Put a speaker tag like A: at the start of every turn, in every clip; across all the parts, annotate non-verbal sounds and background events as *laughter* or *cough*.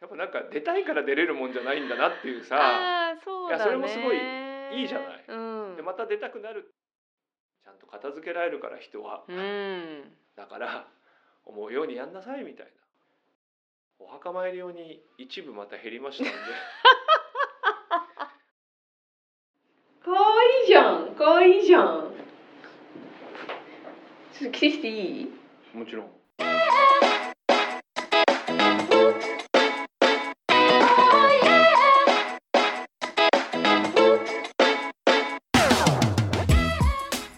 A: やっぱなんか出たいから出れるもんじゃないんだなっていうさ
B: あーそうだ
A: いや
B: ね
A: それもすごいいいじゃない
B: うん
A: でまた出たくなるちゃんと片付けられるから人は、
B: うん
A: だから思うようにやんなさいみたいなお墓参り用に一部また減りましたんで
B: かわいいじゃんかわいいじゃんちょっと着てきていい
A: *laughs* もちろん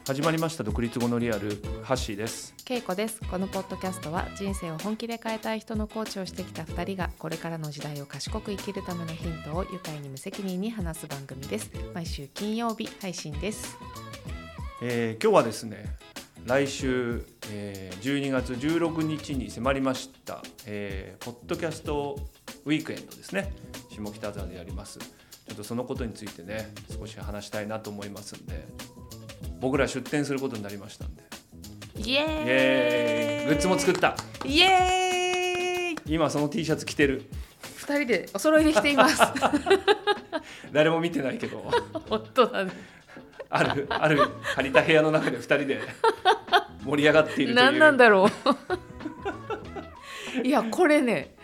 A: 始まりました独立後のリアルハッシーです
C: けいこですこのポッドキャストは人生を本気で変えたい人のコーチをしてきた2人がこれからの時代を賢く生きるためのヒントを愉快に無責任に話す番組です毎週金曜日配信です
A: えー今日はですね来週、えー12月16日に迫りました、えーポッドキャストウィークエンドですね下北沢でやりますちょっとそのことについてね少し話したいなと思いますんで僕ら出店することになりましたんで
C: イエ
A: イ
C: ーイ
A: エーイグッズも作った
C: イエーイ
A: 今その T シャツ着てる
C: 2人でお揃いできています
A: 誰も見てないけど
C: *laughs*
A: *laughs*
C: 本当だね
A: あるある借りた部屋の中で2人で盛り上がっているという
C: 何なんだろういやこれね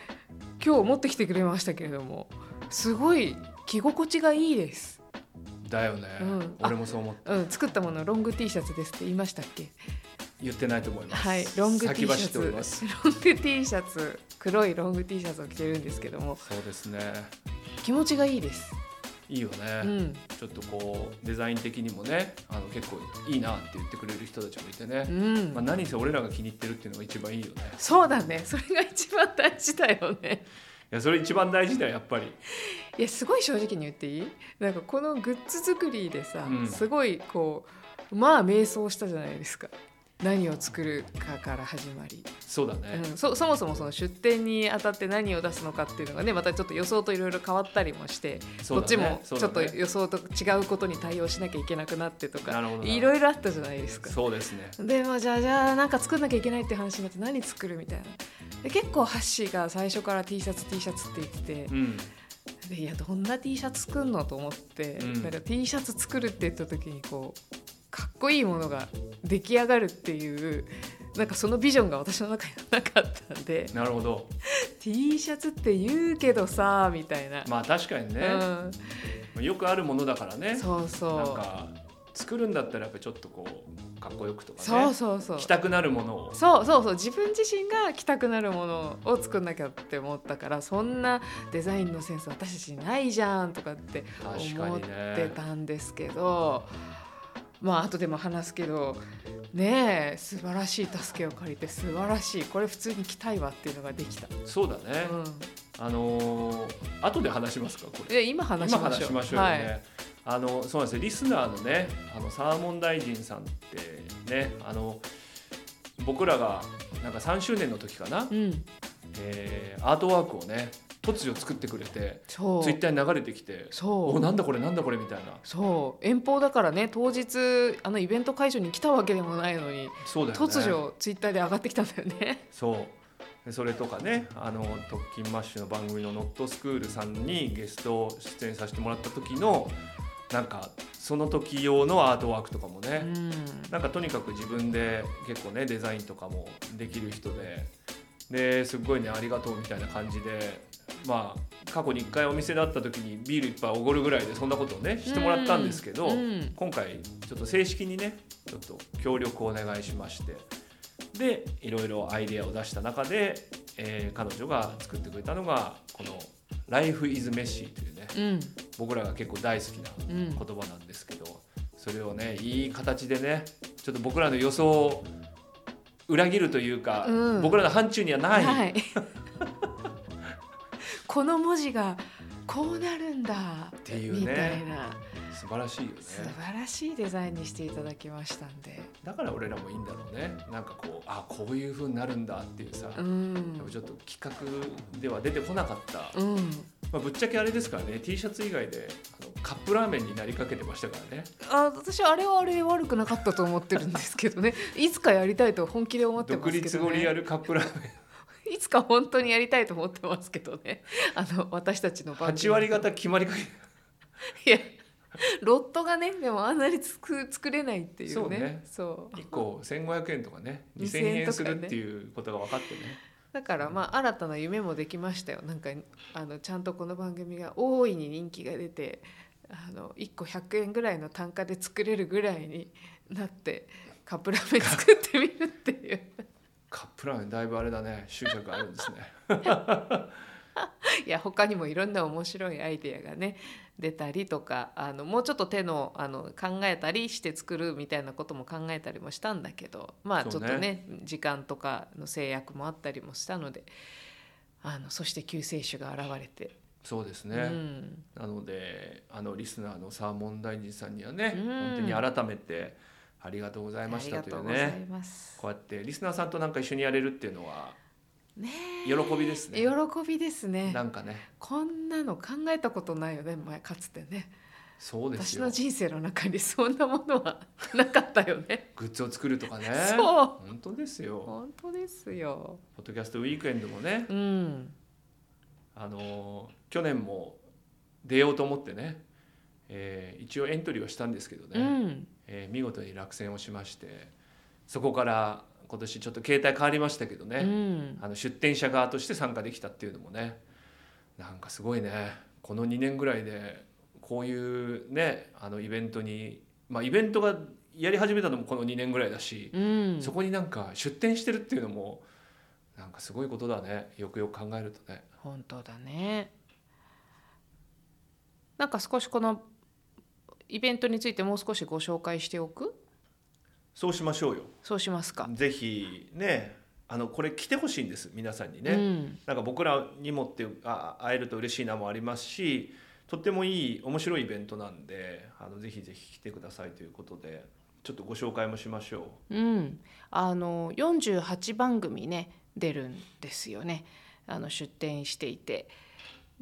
C: 今日持ってきてくれましたけれどもすごい着心地がいいです
A: だよね、
C: うん
A: 俺もそう思って
C: うん、作ったものロング T シャツですって言いましたっけ
A: 言ってないと思います
C: はい、ロング T
A: 先走
C: シャ
A: って
C: ツ、
A: お
C: ロ
A: り
C: ン
A: ま
C: グ
A: す
C: T シャツ、黒いロング T シャツを着てるんですけども、
A: そうですね。
C: 気持ちがいいです。
A: いいよね、
C: うん、
A: ちょっとこうデザイン的にもね、あの結構いいなって言ってくれる人たちもいてね
C: う。
A: まあ
C: ん、
A: 何せ俺らが気に入ってるっていうのが一番いいよね。
C: そうだね、それが一番大事だよね。
A: いやそれ一番大事だよやっぱり。
C: いや、すごい正直に言っていい、なんかこのグッズ作りでさ、
A: うん
C: すごいこう。まあ、迷走したじゃないですか。何を作るかから始まり、
A: そうだ
C: う
A: ね。
C: ん、そそもそもその出店にあたって何を出すのかっていうのがねまたちょっと予想といろいろ変わったりもして、
A: そ
C: こ
A: う
C: っ
A: だ
C: ち
A: ね
C: もちょっと
A: そうだね
C: 予想と違うことに対応しなきゃいけなくなってと
A: な
C: か
A: るほどなるほど
C: いろいろあったじゃないですか。
A: そうですね。
C: でまあじゃあじゃあなんか作んなきゃいけないって話になって何作るみたいなで結構ハッシーが最初から T シャツ T シャツって言って
A: うん。
C: てでいやどんな T シャツ作んのと思って、
A: うん
C: なんか T シャツ作るって言った時にこうかっこいいものが出来上がるっていうなんかそのビジョンが私の中にはなかったんで
A: なるほど。
C: T シャツって言うけどさみたいな、
A: まあ確かにね、よくあるものだから
C: う
A: ね
C: ん、。そう
A: なん
C: そう
A: か作るんだったらやっぱちょっとこうかっこよくとかね。
C: そうそうそう
A: 着たくなるものを。
C: そうそうそう自分自身が着たくなるものを作んなきゃって思ったからそんなデザインのセンス私たちにないじゃんとかって
A: 確か
C: 思っ
A: にね。
C: てたんですけど、まあ後でも話すけどねえ素晴らしい助けを借りて素晴らしいこれ普通に着たいわっていうのができた、
A: そうだね。
C: う
A: あのー後で話しますかこれ
C: ん、。で今話し
A: 今
C: ま
A: 話
C: しょう
A: しましょうよね。
C: はい、
A: あのそうなんですよリスナーのねあのサーモン大臣さんってねあの僕らがなんか3周年の時かな、
C: うん
A: えーアートワークをね突如作ってくれて
C: そう
A: ツイッターに流れてきて「
C: そう
A: おなんだこれなんだこれ」みたいな
C: そう遠方だからね当日あのイベント会場に来たわけでもないのに
A: そうだよね
C: 突如ツイッターで上がってきたんだよね。
A: そうでそれとかねあの特勤マッシュの番組の「ノットスクール」さんにゲスト出演させてもらった時のなんかその時用のアートワークとかもね、
C: うん
A: なんかとにかく自分で結構ねデザインとかもできる人でですっごいねありがとうみたいな感じでまあ過去に1回お店で会った時にビール1杯おごるぐらいでそんなことをねしてもらったんですけど、
C: うん
A: 今回ちょっと正式にねちょっと協力をお願いしましてでいろいろアイデアを出した中で、えー彼女が作ってくれたのがこの「Life is Messy」というね
C: うん
A: 僕らが結構大好きな
C: うん
A: 言葉なんですけどそれをねいい形でねちょっと僕らの予想を裏切るというか、
C: うん
A: 僕らの範疇にはない、
C: はい *laughs* この文字がこうなるんだって
A: いうね
C: みたいな
A: 素晴らしいよね
C: 素晴らしいデザインにしていただきましたんで、
A: だから俺らもいいんだろうねなんかこうあこういう風になるんだっていうさ、
C: う
A: や
C: ん
A: っぱちょっと企画では出てこなかった、
C: うん、
A: まあ、ぶっちゃけあれですからね T シャツ以外であのカップラーメンになりかけてましたからね
C: あ私はあれはあれで悪くなかった *laughs* と思ってるんですけどねいつかやりたいと本気で思ってま
A: 独
C: すけ
A: 立
C: ど、
A: 後リア
C: ね、 *laughs*
A: ルカップラーメン
C: いつか本当にやりたいと思ってますけどねあの私たちの番組
A: 8割方決まりかけ
C: いやロットがねでもあんなにつく作れないっていうね
A: そうね
C: そう
A: 1個1500円とかね
C: 2000
A: 2000円
C: と
A: す
C: かね
A: るっていうことが分かってね
C: だからまあ新たな夢もできましたよなんかあのちゃんとこの番組が大いに人気が出てあの1個100円ぐらいの単価で作れるぐらいになってカップラーメン作ってみるっていう
A: カップラーメンだいぶあれだね執着あるんです
C: *laughs*
A: ね
C: いや他にもいろんな面白いアイデアがね出たりとかあのもうちょっと手のあの考えたりして作るみたいなことも考えたりもしたんだけどまあち
A: そ
C: ょ
A: う
C: っ
A: ね
C: とね時間とかの制約もあったりもしたのであのそして救世主が現れて。
A: そうですね、
C: うん
A: なのであのリスナーのサーモン大臣さんにはね、
C: うん
A: 本当に改めてありがとうございましたという
C: ありがとうござい
A: ね
C: ます。
A: こうやってリスナーさんとなんか一緒にやれるっていうのは
C: ねえ
A: 喜びですね
C: 喜びですね
A: な。んかね
C: こんなの考えたことないよね前かつてね。
A: そうです
C: 私
A: よ
C: の人生の中にそんなものは *laughs* なかったよね。
A: グッズを作るとかね
C: そう
A: 本当ですよ
C: 本当ですよ。
A: ポッドキャストウィークエンドもね
C: うん。
A: あのー去年も出ようと思ってね、えー一応エントリーはしたんですけどね、
C: うん。
A: えー見事に落選をしましてそこから今年ちょっと携帯変わりましたけどね、
C: うん。
A: あの出店者側として参加できたっていうのもねなんかすごいねこの2年ぐらいでこういうねあのイベントにまあイベントがやり始めたのもこの2年ぐらいだし、
C: うん。
A: そこになんか出店してるっていうのもなんかすごいことだねよくよく考えるとね。
C: 本当だね。なんか少しこのイベントについてもう少しご紹介しておく。
A: そうしましょうよ
C: そうしますか。
A: ぜひねあのこれ来てほしいんです皆さんにね。
C: うん。
A: なんか僕らにもっていうあ会えると嬉しいなもありますしとってもいい面白いイベントなんであのぜひぜひ来てくださいということでちょっとご紹介もしましょう
C: うん、あの48番組ね出るんですよねあの出展していて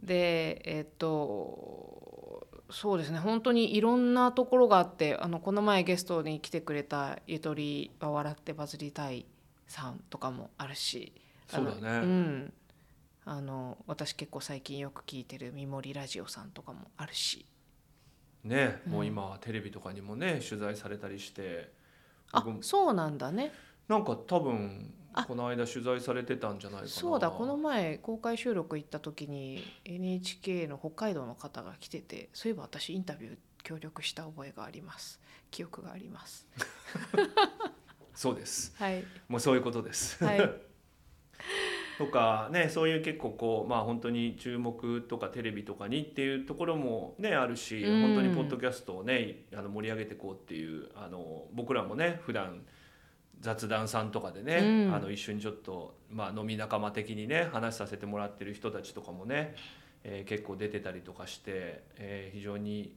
C: でえっとそうですね本当にいろんなところがあってあのこの前ゲストに来てくれたゆとりは笑ってバズりたいさんとかもあるしあの
A: そうだね
C: うん、あの私結構最近よく聞いてる「みもりラジオ」さんとかもあるし
A: ね、
C: うん
A: もう今テレビとかにもね取材されたりして
C: あ
A: 僕も
C: そうなんだね
A: なんか多分
C: あ
A: この間取材されてたんじゃないかな
C: そうだこの前公開収録行った時に NHK の北海道の方が来ててそういえば私インタビュー協力した覚えがあります記憶があります
A: そうです
C: *laughs* はい
A: もうそういうことです、
C: はい
A: *laughs* とかねそういう結構こうまあ本当に注目とかテレビとかにっていうところもねあるし、
C: うん
A: 本当にポッドキャストをねあの盛り上げていこうっていうあの僕らもね普段雑談さんとかでね、
C: うん
A: あの一緒にちょっと、まあ、飲み仲間的にね話させてもらってる人たちとかもね、えー結構出てたりとかして、えー非常に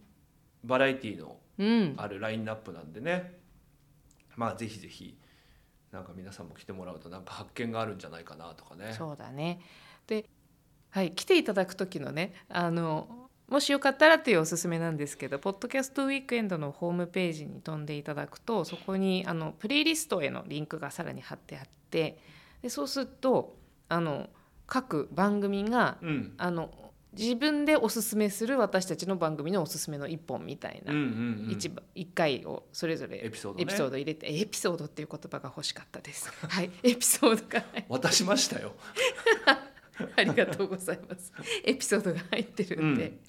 A: バラエティーの
C: うん
A: あるラインナップなんでねまあぜひぜひなんか皆さんも来てもらうとなんか発見があるんじゃないかなとかね。
C: そうだねで、はい、来ていただく時のねあのもしよかったらっていうおすすめなんですけど「ポッドキャストウィークエンド」のホームページに飛んでいただくとそこにあのプレイリストへのリンクがさらに貼ってあってでそうするとあの各番組が
A: うん
C: あの自分でおすすめする私たちの番組のおすすめの一本みたいな、
A: うんうんうん、
C: 一番一回をそれぞれ
A: エピソード、ね、
C: エピソード入れて、エピソードっていう言葉が欲しかった
A: *laughs*
C: です。はい、エピソードが
A: 渡しましたよ。
C: ありがとうござい
A: *laughs*
C: ます。エピソードが入ってるんで、
A: うん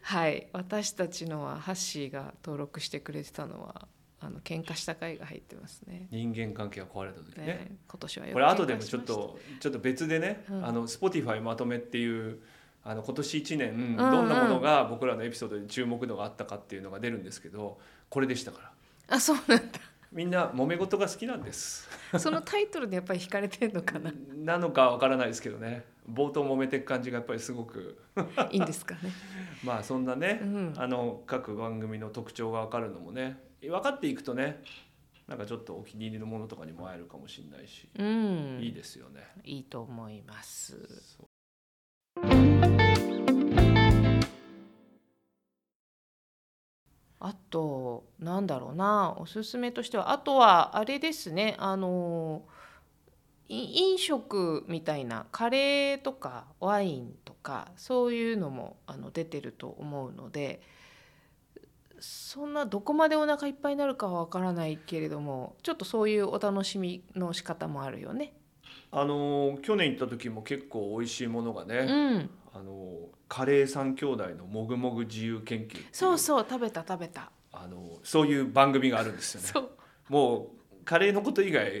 C: はい、私たちのはハッシーが登録してくれてたのはあの喧嘩した回が入ってますね。
A: 人間関係が壊れた時ね。
C: ね今年はよく
A: これ後で
C: 喧
A: も
C: 嘩し
A: ちょっ
C: ました
A: とちょっと別でね、
C: うん
A: あの Spotify まとめっていうあの今年1年、
C: ん
A: どんなものが僕らのエピソードに注目度があったかっていうのが出るんですけど、これでしたから。
C: あそうなん
A: みんな揉め事が好きなんです。
C: だそのタイトルでやっぱり惹かれてるの *laughs* かな
A: なのかわからないですけどね。冒頭揉めてく感じがやっぱりすごく
C: いいんですかね。
A: まあそんなね、
C: うん
A: あの各番組の特徴が分かるのもね分かっていくとねなんかちょっとお気に入りのものとかにも会えるかもしれないし、
C: うん、
A: いいですよね。
C: いいと思います。
A: そう
C: あとなんだろうなおすすめとしてはあとはあれですねあのい飲食みたいなカレーとかワインとかそういうのもあの出てると思うのでそんなどこまでお腹いっぱいになるかはわからないけれどもちょっとそういうお楽しみの仕方もあるよね。
A: あのー去年行った時も結構美味しいものが
C: う
A: ね、
C: ん、
A: あのーカレー三兄弟のもぐもぐ自由研究ってい
C: そうそう食べた食べた。
A: あのーそういう番組があるんですよね
C: そう
A: もうカレーのこと以外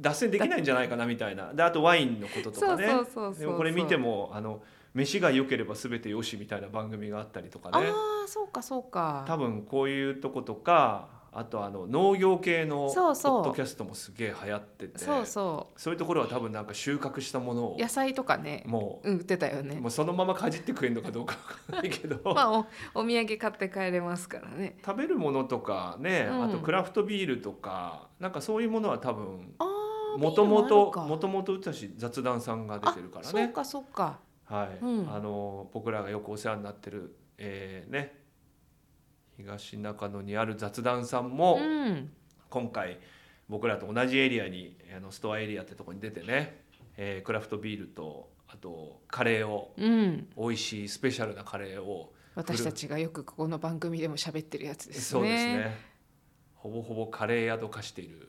A: 脱線できないんじゃないかなみたいなであとワインのことと
C: そ
A: か
C: う
A: ね
C: そうそうそう。
A: でもこれ見てもあの飯が良ければ全てよしみたいな番組があったりとか
C: あ
A: ね
C: あそうかそうか。
A: 多分こういうとことかあとあの農業系のポ
C: そうそう
A: ッドキャストもすげえ流行ってて
C: そうそ
A: そういうところは多分なんか収穫したものを
C: う野菜とかね、
A: も
C: うん、売ってたよ
A: う
C: ね
A: も。うそのままかじって食えるのかどうかわかんないけど、
C: *laughs* まあおお土産買って帰れますからね。
A: 食べるものとかね、
C: うん
A: あとクラフトビールとかなんかそういうものは多分
C: ああ
A: もともと
C: ビールあるか
A: もともとうたし雑談さんが出てるから
C: あそう
A: ね
C: かそうか。
A: はい、
C: うん
A: あの僕らがよくお世話になってる、えーね東中野にある雑談さんも、
C: うん。
A: 今回僕らと同じエリアにあのストアエリアってとこに出てね、えークラフトビールとあとカレーを
C: うん。
A: 美味しいスペシャルなカレーを
C: 私たちがよくここの番組でも喋ってるやつです
A: そ
C: ね。
A: うですねほぼほぼカレー屋と化している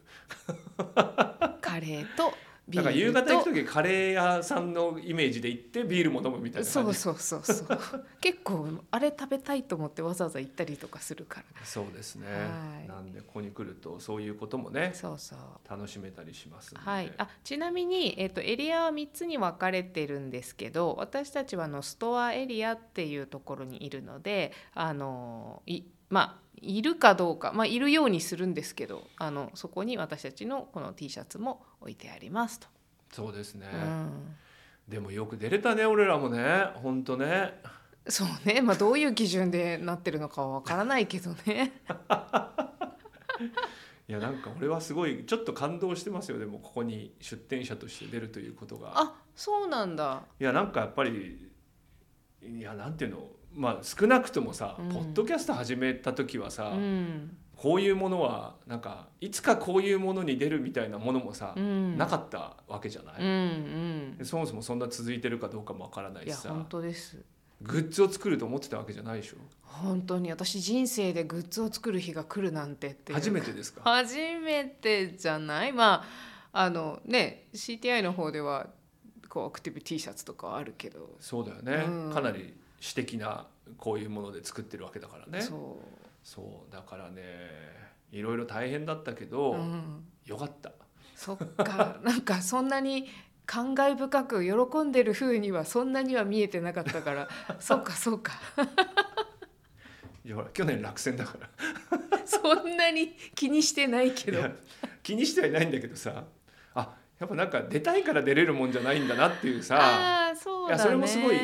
C: カレーとビ
A: だから
C: ールと。
A: 夕方行く時カレー屋さんのイメージで行ってビールも飲むみたいな
C: そ
A: 感
C: う
A: じ
C: そうそうそう。 *laughs* 結構あれ食べたいと思ってわざわざ行ったりとかするか
A: そうですね
C: はい
A: なんでここに来るとそういうこともね
C: ら。そうそう。
A: 楽しめたりしますんで
C: はい、あちなみに、えっとエリアは3つに分かれてるんですけど私たちはあのストアエリアっていうところにいるのであのい,、まあ、いるかどうか、まあ、いるようにするんですけどあのそこに私たちのこの T シャツも置いてありますと。
A: そうですね、
C: うん
A: でもよく出れたね俺らもねほんとね
C: そうね、まあ、どういう基準でなってるのかは分からないけどね
A: *laughs* いやなんか俺はすごいちょっと感動してますよでもここに出店者として出るということが
C: あそうなんだ
A: いやなんかやっぱりいやなんていうのまあ少なくともさ、
C: うん
A: ポッドキャスト始めた時は
C: う
A: さ、
C: ん、
A: こういうものはなんかいつかこういうものに出るみたいなものもさ
C: う、ん、
A: なかったわけじゃな
C: う
A: い、
C: んうん
A: でそもそもそんな続いてるかどうかもわからない
C: い
A: し
C: や本
A: さ
C: 当です
A: グッズを作ると思ってたわけじゃないでしょ
C: 本当に私人生でグッズを作る日が来るなんてっていう
A: 初めてですか
C: 初めてじゃないまああのね CTI の方ではこうアクティブ T シャツとかはあるけど、
A: そうだよね、
C: うん
A: かなり私的なこういうもので作ってるわけだからね
C: そ
A: そうだからねいろいろ大変だったけど、
C: う、うん、
A: よかった
C: そっか *laughs* なんかそんなに感慨深く喜んでる風にはそんなには見えてなかったから
A: *laughs*
C: そうかそうか
A: いやほら去年落選だから
C: そんなに気にしてないけど
A: いや気にしてはいないんだけどさあやっぱなんか出たいから出れるもんじゃないんだなっていうさ
C: ああーそうだね
A: いやそれもすごい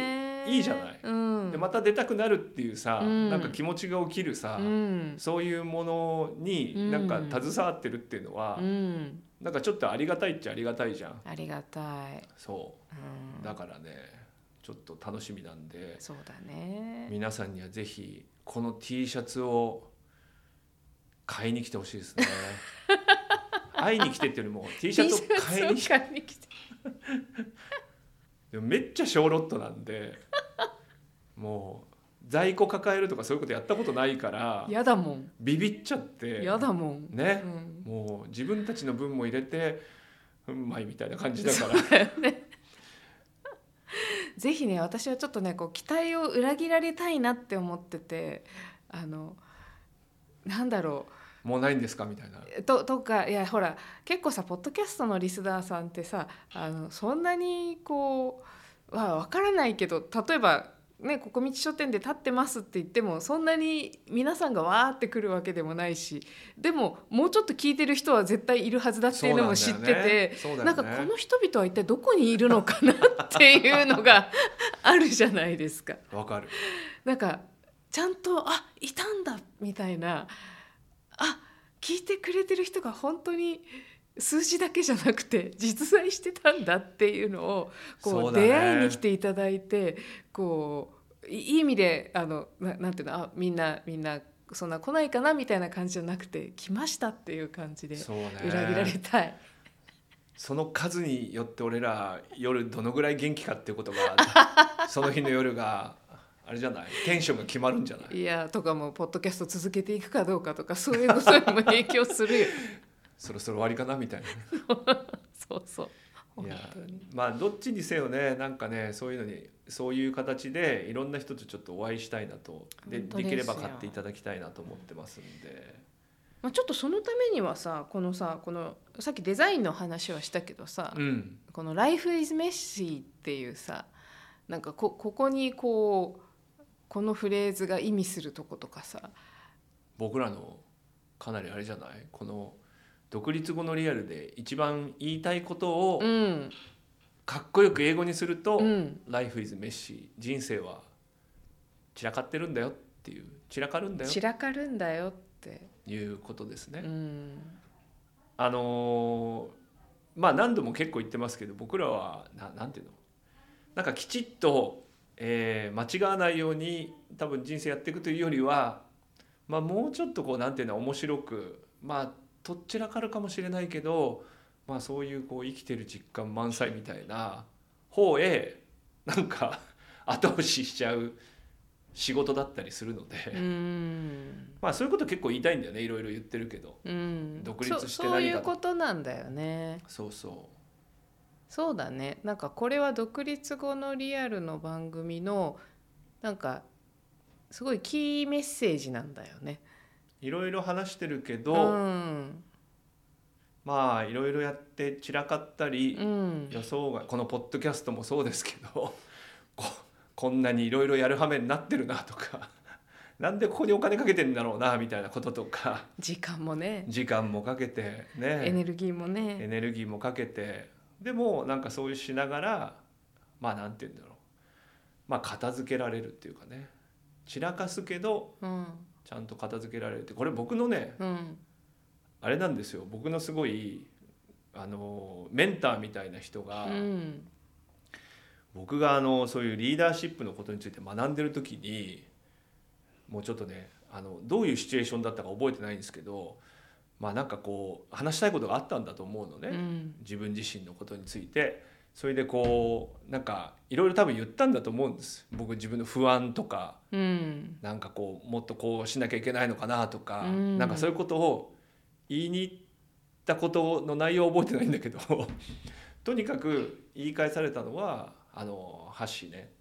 A: いいじゃない
C: うん、
A: でまた出たくなるっていうさ、
C: うん
A: なんか気持ちが起きるさ、
C: うん
A: そういうものになんか携わってるっていうのは、
C: うん、
A: なんかちょっとありがたいっちゃありがたいじゃん
C: ありがたい、、
A: そううんだからねちょっと楽しみなんで
C: そうだね
A: 皆さんにはぜひこの T シャツを買いに来てほしいです
C: *laughs*
A: ね会いに来てっていうよりも T シャツを買いに来て
C: 買いに来て
A: でもめっちゃ小ロットなんでもう在庫抱えるとかそういうことやったことないから
C: やだもん
A: ビビっちゃって
C: やだもん、う
A: ね、
C: ん、
A: もう自分たちの分も入れてうまいみたいな感じだから
C: ぜひね私はちょっとねこう期待を裏切られたいなって思っててあのなんだろ
A: もうないんですかみたいな
C: うととかいやほら結構さポッドキャストのリスナーさんってさあのそんなにこうはわからないけど例えばね、ここ道書店で立ってますって言ってもそんなに皆さんがわーって来るわけでもないしでももうちょっと聞いてる人は絶対いるはずだっていうのも知ってて、
A: そう
C: な
A: なん
C: ん
A: だ
C: か
A: よね
C: この人々は一体どこにいるのかなっていうのが *laughs* あるじゃないですか。
A: わかる
C: なんかちゃんとあいたんだみたいなあ聞いてくれてる人が本当に数字だけじゃなくて実在してたんだっていうのをこ
A: そううだね
C: 出会いに来ていただいてこういいい意味であのななんていうのあみんなみんなそんな来ないかなみたいな感じじゃなくて来ましたっていう感じで
A: そうね
C: 裏切られたい。
A: その数によって俺ら夜どのぐらい元気かっていうことがその日の夜があれじゃないテンションが決まるんじゃない
C: いやとかもうポッドキャスト続けていくかどうかとかそういうことにも影響するよ
A: そろそろ終わりかなみたいな
C: そうそう
A: い
C: 本
A: や
C: 当に
A: まあどっちにせよねなんかねそういうのにそういう形でいろんな人とちょっとお会いしたいなとで
C: 本当
A: で
C: です
A: き
C: よ
A: れば買っていただきたいなと思ってますんで
C: まあ、ちょっとそのためにはさこのさこのさっきデザインの話はしたけどさ、
A: うん
C: この「Life is Messy」っていうさなんかこここにこうこのフレーズが意味するとことかさ
A: 僕らのかなりあれじゃないこの独立後のリアルで一番言いたいことを
C: うん
A: かっこよく英語にすると
C: うん
A: 「Life is messy」人生は散らかってるんだよっていう散らかるんだよ
C: 散らかるんだよって、
A: ということですね
C: う。ん、
A: あのーまあ何度も結構言ってますけど僕らはななんていうのなんかきちっと、えー間違わないように多分人生やっていくというよりは、まあ、もうちょっとこうなんていうの面白くまあとっちらかるかもしれないけど、まあ、そういうこう生きてる実感満載みたいな方へなんか *laughs* 後押ししちゃう仕事だったりするので、
C: うん
A: まあ、そういうこと結構言いたいんだよねいろいろ言ってるけど。
C: うん、
A: 独立して
C: そ
A: 何か
C: そ
A: と
C: ういうことなんだよね
A: そうそう
C: そうだねなんかこれは独立後のリアルの番組のなんかすごいキーメッセージなんだよね。
A: いろいろ話してるけど、
C: うん
A: まあいろいろやって散らかったり
C: う、ん
A: 予想外このポッドキャストもそうですけど *laughs* ここんなにいろいろやる羽目になってるなとか *laughs* なんでここにお金かけてんだろうなみたいなこととか
C: 時間もね
A: 時間もかけてね
C: エネルギーもね
A: エネルギーもかけてでもなんかそういうしながらまあなんて言うんだろうまあ片付けられるっていうかね散らかすけど
C: うん
A: ちゃんと片付けられるってこれ僕のね
C: うん
A: あれなんですよ僕のすごいあのメンターみたいな人が、
C: うん
A: 僕があのそういうリーダーシップのことについて学んでる時にもうちょっとねあのどういうシチュエーションだったか覚えてないんですけどまあなんかこう話したいことがあったんだと思うのね、
C: うん
A: 自分自身のことについてそれでこうなんかいろいろ多分言ったんだと思うんです僕自分の不安とか
C: うん
A: なんかこうもっとこうしなきゃいけないのかなとか、
C: うん
A: なんかそういうことを言いに行ったことの内容を覚えてないんだけど *laughs* とにかく言い返されたのは「あのハッシーね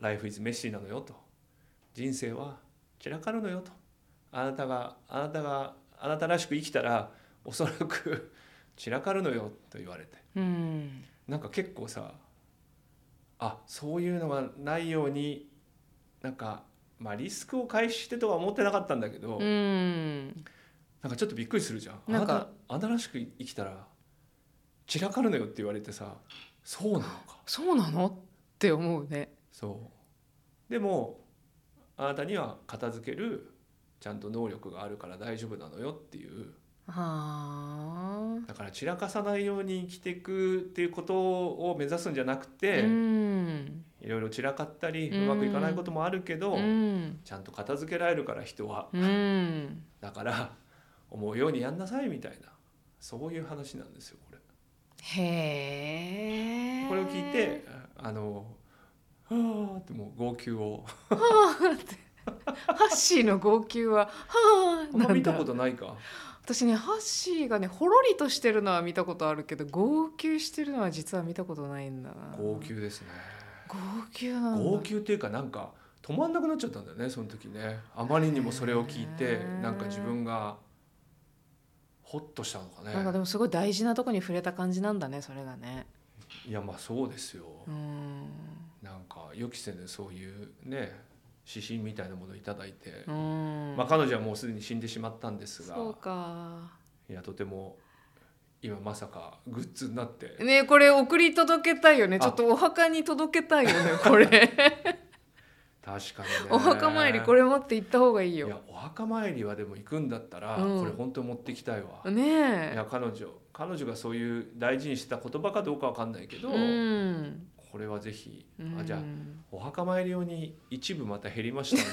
A: Life is messy なのよ」と「人生は散らかるのよ」と「あなたがあなたがあなたらしく生きたらおそらく散らかるのよ」と言われて
C: うん
A: なんか結構さあそういうのがないようになんか、まあ、リスクを回避してとは思ってなかったんだけど、
C: うん
A: なんかちょっとびっくりするじゃん
C: なんか
A: あなたあなたらしく生きたら散らかるのよって言われてさそうなのか
C: そうなのって思うね。
A: そうでもあなたには片付けるちゃんと能力があるから大丈夫なのよっていう
C: はあ
A: だから散らかさないように生きていくっていうことを目指すんじゃなくて、
C: うん
A: いろいろ散らかったり
C: うん
A: うまくいかないこともあるけど、
C: うん
A: ちゃんと片付けられるから人は
C: うん
A: だから *laughs* 思うようにやんなさいみたいなそういう話なんですよこれ
C: へえ
A: これを聞いてあの「はあ」ってもう号泣を
C: *laughs* ハッシーの号泣は「は
A: あ
C: あ」
A: んま
C: な
A: 見
C: ん
A: た
C: だ
A: ことないか
C: 私ねハッシーがねほろりとしてるのは見たことあるけど号泣してるのは実は見たことないんだな
A: 号泣ですね
C: 号泣なんだ
A: 号泣っていうかなんか止まんなくなっちゃったんだよねその時ねあまりにもそれを聞いて
C: へえ
A: なんか自分がホッとしたのか
C: なんかで
A: ね
C: もすごい大事なとこに触れた感じなんだねそれがね
A: いやまあそうですよ
C: うん
A: なんか予期せぬそういうね指針みたいなものをいただいて、
C: うん
A: まあ、彼女はもうすでに死んでしまったんですが
C: そうか
A: いやとても今まさかグッズになって、
C: ねこれ送り届けたいよね
A: あ
C: ちょっとお墓に届けたいよね
A: *laughs*
C: これ
A: 確かにね
C: お墓参りこれ持って行った方がいい
A: い
C: よ
A: やお墓参りはでも行くんだったら、
C: うん
A: これ本当に持ってきたいわ、
C: ねえ
A: いや彼女彼女がそういう大事にしてた言葉かどうかわかんないけど、
C: うん
A: これはぜひ、
C: うん
A: あじゃあお墓参り用に一部また減りま
C: *laughs*
A: したんで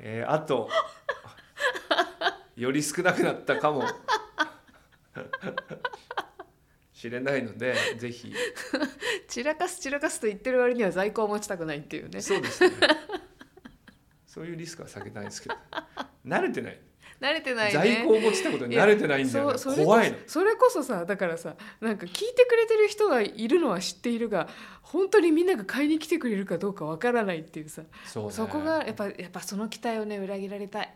A: えーあと
C: *laughs*
A: より少なくなったかもしれないのでぜひ
C: 散らかす散らかすと言ってる割には在庫を持ちたくないっていうね
A: そうですねそういうリスクは避けたいんですけど慣れてない
C: 慣れてないね
A: 在庫を持ちたことに慣れてないんだよね
C: そうそれこそ
A: 怖いの
C: それこそさだからさなんか聞いてくれてる人がいるのは知っているが本当にみんなが買いに来てくれるかどうかわからないっていうさ
A: そう、ね、
C: そこがやっぱやっぱその期待をね裏切られたい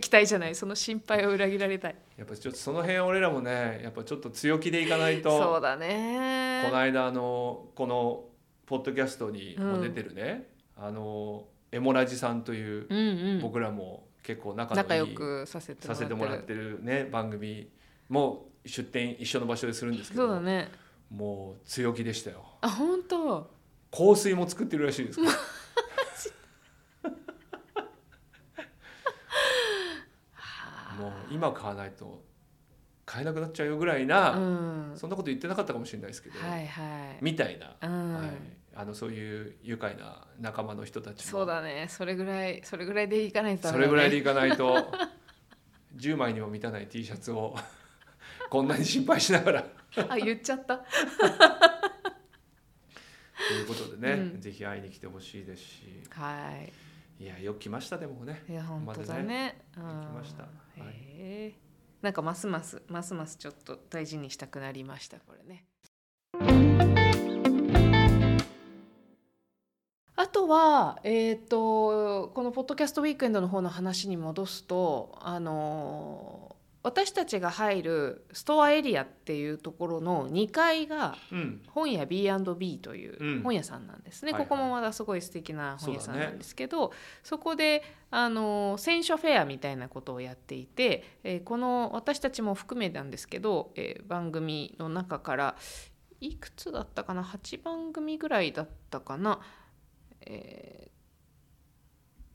C: *laughs* 期待じゃないその心配を裏切られたい
A: やっぱちょっとその辺俺らもねやっぱちょっと強気でいかないと
C: そうだ
A: この
C: ね
A: 間あのこのポッドキャストにも出てるね、あのエモラジさんという、
C: うんうん
A: 僕らも結構仲
C: 仲
A: の
C: 良
A: いい
C: くさせて
A: させてもらってるね番組も出店一緒の場所でするんですけ
C: そ
A: ど
C: うだね
A: もう強気でしたよ
C: あ本当
A: 香水も作ってるらしい
C: *laughs*
A: ですからもう今買わないと買えなくなっちゃうよぐらいな、
C: うん
A: そんなこと言ってなかったかもしれないですけど、
C: はいはい
A: みたいな、
C: うん
A: はい、あのそういう愉快な仲間の人たちも
C: そうだねそれぐらいそれぐらいでいかないとダ
A: そ
C: メだ
A: れぐ
C: ね
A: らいでいかないと10枚にも満たない T シャツ *laughs* をこんなに心配しながら
C: あ言っちゃった
A: ということでね、
C: うん
A: ぜひ会いに来てほしいですし
C: はい
A: いやよく来ましたでもね
C: いや本当だ
A: まだ
C: ね。うん
A: 行きましたはい
C: へえ。なんかますますますますちょっと大事にしたくなりましたこれね。あとは、えー、とこのポッドキャストウィークエンドの方の話に戻すと、あの私たちが入るストアエリアっていうところの2階が
A: うん
C: 本屋 B&B という
A: うん
C: 本屋さんなんですね、
A: はいはい
C: ここもまだすごい素敵な本屋さん
A: そうだ
C: な
A: ね
C: んですけどそ,、こであの選書フェアみたいなことをやっていて、えーこの私たちも含めなんですけど、えー番組の中からいくつだったかな8番組ぐらいだったかなえーっ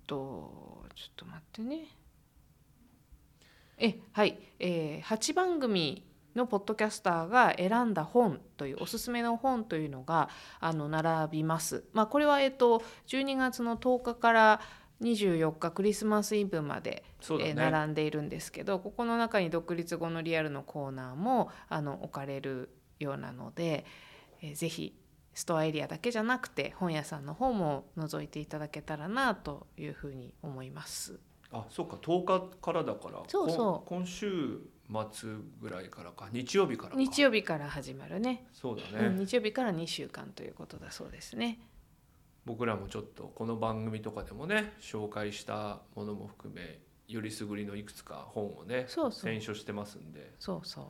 C: とちょっと待ってねえはい、えー、8番組のポッドキャスターが選んだ本というおすすめの本というのがあの並びます。まあ、これは、えっと、12月の10日から24日クリスマスイブまで
A: そうだね、
C: えー並んでいるんですけどここの中に独立後のリアルのコーナーもあの置かれるようなので、えーぜひストアエリアだけじゃなくて本屋さんの方も覗いていただけたらなというふうに思います。
A: あそうか10日からだから
C: そうそう
A: こん今週末ぐらいからか日曜日からか
C: 日曜日から始まるね
A: そうだ
C: う
A: ね、
C: ん日曜日から2週間ということだそうですね。
A: 僕らもちょっとこの番組とかでもね紹介したものも含めよりすぐりのいくつか本をね
C: そうそう
A: 選書してますんで
C: そうそう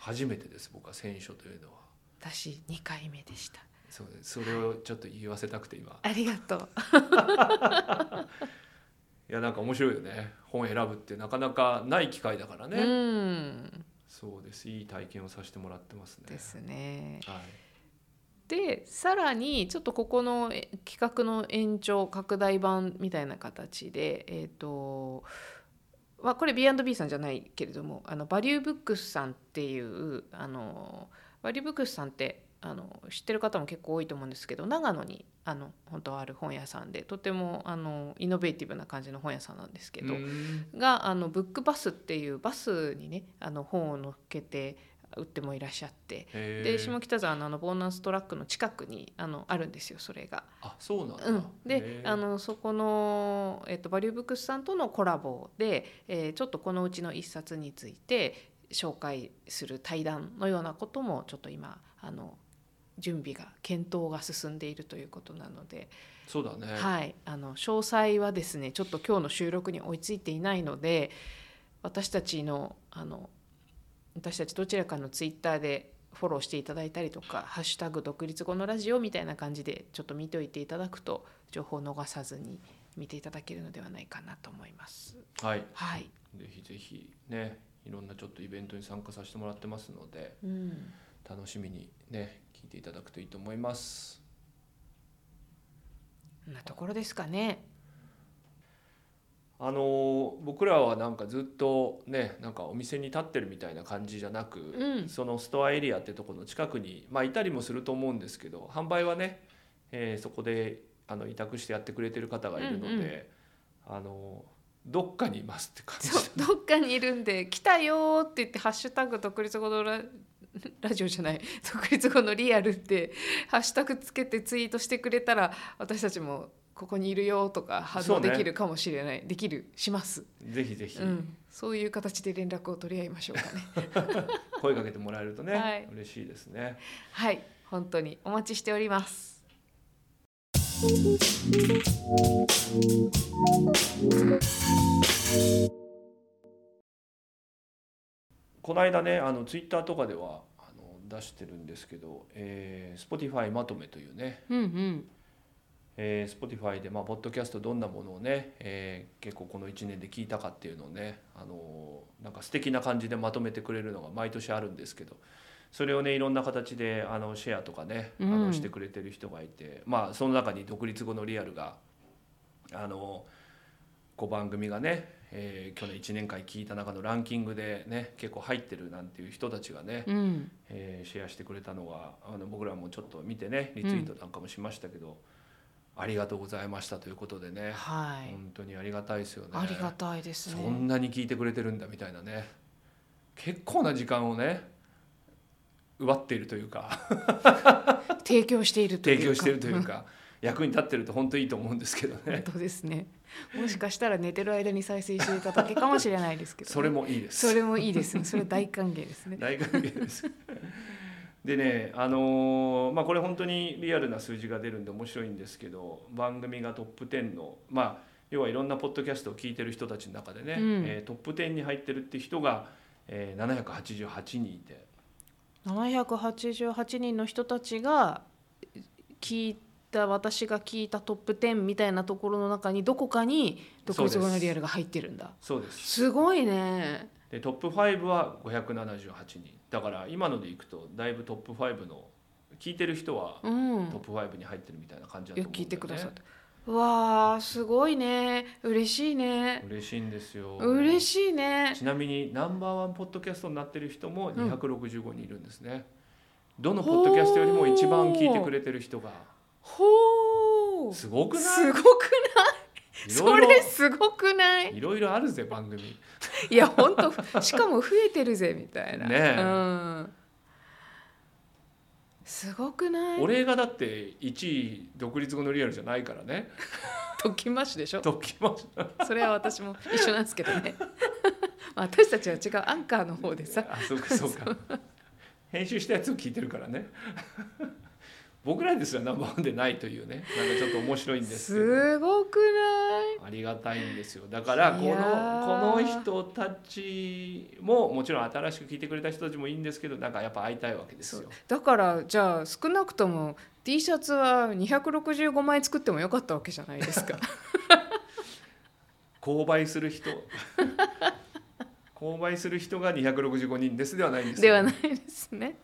A: 初めてです僕は選書というのは
C: 私2回目でした。
A: そうねそれをちょっと言わせたくて今
C: ありがとう。
A: いやなんか面白いよね本選ぶってなかなかない機会だからね、
C: うん
A: そうですいい体験をさせてもらってますね
C: ですね。
A: はい、
C: でさらにちょっとここのえ企画の延長拡大版みたいな形でえっ、とまあこれ B&B さんじゃないけれどもあのバリューブックスさんっていうあのバリューブックスさんってあの知ってる方も結構多いと思うんですけど長野にあの本当はある本屋さんでとてもあのイノベーティブな感じの本屋さんなんですけど、
A: うん
C: があのブックバスっていうバスにねあの本を乗っけて売ってもいらっしゃって
A: へー
C: で下北沢のあのボーナストラックの近くにあのあるんですよそれが。
A: あそうなんだ、
C: うん、で
A: へー
C: あのそこの、えっと、バリューブックスさんとのコラボで、えーちょっとこのうちの一冊について紹介する対談のようなこともちょっと今あの準備が検討が進んでいるということなので、
A: そうだね、
C: はい、あの詳細はですねちょっと今日の収録に追いついていないので私たちのあの私たちどちらかのツイッターでフォローしていただいたりとか「ハッシュタグ独立後のラジオ」みたいな感じでちょっと見ておいていただくと情報を逃さずに見ていただけるのではないかなと思います。
A: はい、
C: はい、
A: ぜひぜひねいろんなちょっとイベントに参加させてもらってますので
C: うん、
A: 楽しみにね聞いていただくといいと思います
C: こんなところですかね。
A: あのー僕らはなんかずっとねなんかお店に立ってるみたいな感じじゃなく、
C: うん
A: そのストアエリアってとこの近くにまあいたりもすると思うんですけど販売はね、えーそこであの委託してやってくれてる方がいるので、あのーどっかにい *laughs* ますって感じ
C: そうどっかにいるんで「来たよ」って言って「ハッシュタグ独立後のラ *laughs* ラジオじゃない *laughs* 独立後のリアルってハッシュタグつけてツイートしてくれたら私たちもここにいるよとか反
A: そう
C: 応
A: ね
C: できるかもしれない、できるします、
A: *laughs* ぜひぜひ
C: うん、そういう形で連絡を取り合いましょうかね
A: *laughs* 声かけてもらえるとね、
C: *laughs* はい
A: 嬉しいですね。
C: はい本当にお待ちしております
A: この間ねあのツイッターとかではあの出してるんですけど、えー、Spotify まとめというね、
C: うんうん
A: えー、Spotify でまあポッドキャストどんなものをね、えー結構この1年で聞いたかっていうのをねあのーなんか素敵な感じでまとめてくれるのが毎年あるんですけど。それをねいろんな形であのシェアとかね、あ
C: う
A: の
C: ん
A: してくれてる人がいて、まあその中に独立後のリアルがあのこう番組がね、えー去年1年間聞いた中のランキングでね結構入ってるなんていう人たちがね、
C: うん
A: えーシェアしてくれたのはあの僕らもちょっと見てねリツイートなんかもしましたけど、ありがとうございましたということでね、
C: はい、
A: 本当にありがたいですよね。
C: ありがたいです
A: そ
C: ね
A: んなに聞いてくれてるんだみたいなね結構な時間をね奪っているというか
C: 提供しているとい
A: 提供
C: うか
A: しているという
C: *laughs*
A: か役に立ってると本当いいと思うんですけど
C: 本 *laughs*
A: ね
C: 当ですね。もしかしたら寝てる間に再生していただけかもしれないですけ
A: *laughs*
C: ど、
A: それ。もいいです。
C: それもいいですね。それ大歓迎ですね。
A: 大歓迎
C: *laughs*
A: です。でね、あのーまあ、これ本当にリアルな数字が出るんで面白いんですけど番組がトップ10の、まあ、要はいろんなポッドキャストを聞いてる人たちの中でね、
C: うん
A: えートップ10に入ってるって人が、えー788人いて
C: 788人の人たちが聞いた私が聞いたトップ10みたいなところの中にどこかに独立後のリアルが入ってるんだ。
A: そうです
C: すごいね。
A: でトップ5は578人だから今のでいくとだいぶトップ5の聞いてる人は
C: う
A: トッ
C: ん。
A: プ5に入ってるみたいな感じだと
C: よ
A: 思うんだ
C: く聞
A: よ、ね、
C: いてくださって。わあすごいね。嬉しいね。
A: 嬉しいんですよ
C: 嬉しいね。
A: ちなみにナンバーワンポッドキャストになってる人も
C: うん
A: 265人いるんですね、どのポッドキャストよりも一番聞いてくれてる人が
C: ほう。す
A: すごくない
C: ごく
A: い
C: そ
A: ろいろ
C: れすごくない
A: いろいろあるぜ番組
C: いや本当しかも増えてるぜみたいな
A: ねえ
C: うん、すごくない
A: 俺がだって1位独立後のリアルじゃないからね
C: ときましでしょ
A: ときまし
C: それは私も一緒なんですけどね *laughs* まあ私たちは違うアンカーの方でさ *laughs*
A: あそうかそうか編集したやつを聞いてるからね僕らですらナンバーワンでないというねなんかちょっと面白いんですけど
C: すごくない
A: ありがたいんですよだからこ
C: いやー
A: のこの人たちももちろん新しく聞いてくれた人たちもいいんですけどなんかやっぱ会いたいわけです
C: そう
A: よ
C: だからじゃあ少なくとも T シャツは265枚作ってもよかったわけじゃないですか
A: 購買する人 *laughs* 購買する人が265人ですではないんです
C: で
A: よ
C: はないですね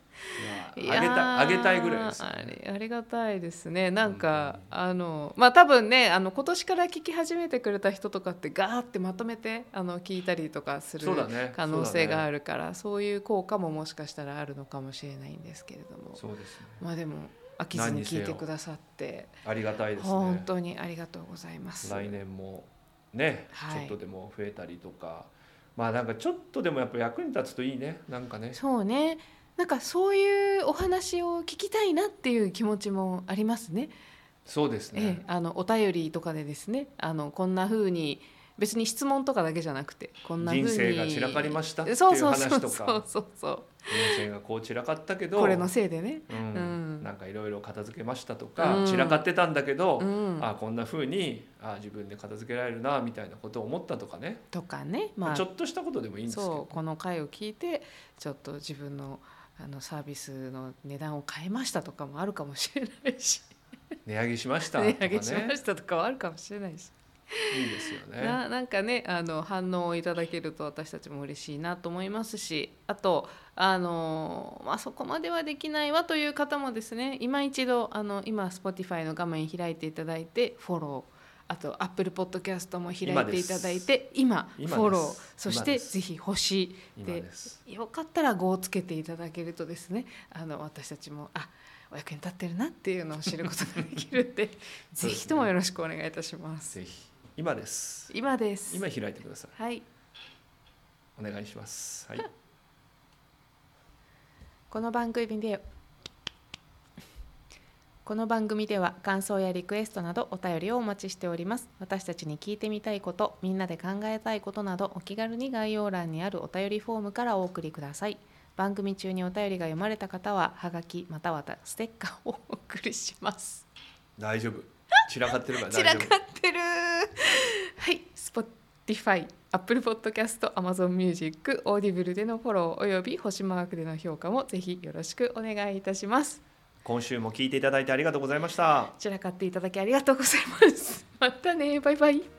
A: いやあげたいあげたいぐらいです
C: やーありありがたいですねなんか、あのまあ多分ねあの今年から聞き始めてくれた人とかってガーってまとめてあの聞いたりとかする
A: そうだね
C: 可能性があ
A: る
C: るからそう,、いう効果ももしかしたらあるのかもしれないんですけれども
A: そうですね
C: まあでも飽きずに聞いてくださって、
A: ありがたいです
C: 本
A: ね
C: 当にありがとうございます。
A: 来年もね、
C: はい
A: ちょっとでも増えたりとかまあなんかちょっとでもやっぱ役に立つといいねなんかね
C: そうねなんかそういうお話を聞きたいなっていう気持ちもありますね。
A: そうです
C: え
A: ね
C: え、あのお便りとかでですねあのこんな風に別に質問とかだけじゃなくてこんな風
A: 人
C: に
A: 生が散らかりましたっていう
C: そうそう
A: 話
C: そう
A: と
C: そう
A: か
C: そうそう
A: 人生がこう散らかったけど
C: これのせいでね
A: うん
C: うん
A: なんかいろいろ片付けましたとか、
C: うん
A: 散らかってたんだけど、
C: うん
A: あこんな風にあ自分で片付けられるなみたいなことを思ったとかね、
C: とかねまあ
A: ちょっとしたことでもいいんですけ
C: そ
A: ど
C: うこの回を聞いてちょっと自分のあのサービスの値段を変えましたとかもあるかもしれないし
A: 値上げしましたとか
C: 値
A: ね
C: 上げしましたとかはあるかもしれないし、
A: いいですよね。
C: ななんかねあの反応をいただけると私たちも嬉しいなと思いますしあとあの、まあ、そこまではできないわという方もですね今一度あの今 Spotify の画面開いていただいてフォローあと Apple Podcast も開いていただいて今
A: 今です
C: フォロ
A: 今で
C: ー
A: す
C: そしてぜひ星
A: 今
C: で
A: です。
C: よかったら「5」をつけていただけるとですねあの私たちもあお役に立ってるなっていうのを知ることができるんで
A: *laughs* そうです
C: ぜ
A: ね
C: ひともよろしくお願いいたします。
A: ぜひ今です。
C: 今です
A: 今開いてください。
C: はい
A: お願いします。はい。
C: この番組でこの番組では感想やリクエストなどお便りをお待ちしております私たちに聞いてみたいことみんなで考えたいことなどお気軽に概要欄にあるお便りフォームからお送りください番組中にお便りが読まれた方ははがきまたはステッカーをお送りします
A: 大丈夫散らかってるから
C: 散
A: 大
C: ら
A: 丈
C: か
A: 夫
C: ってる *laughs* はい Spotify アップルポッドキャスト Amazon Music オーディブルでのフォローおよび星マークでの評価もぜひよろしくお願いいたします
A: 今週も聞いていただいてありがとうございました
C: *laughs* 散らかっていただきありがとうございますまたねバイバイ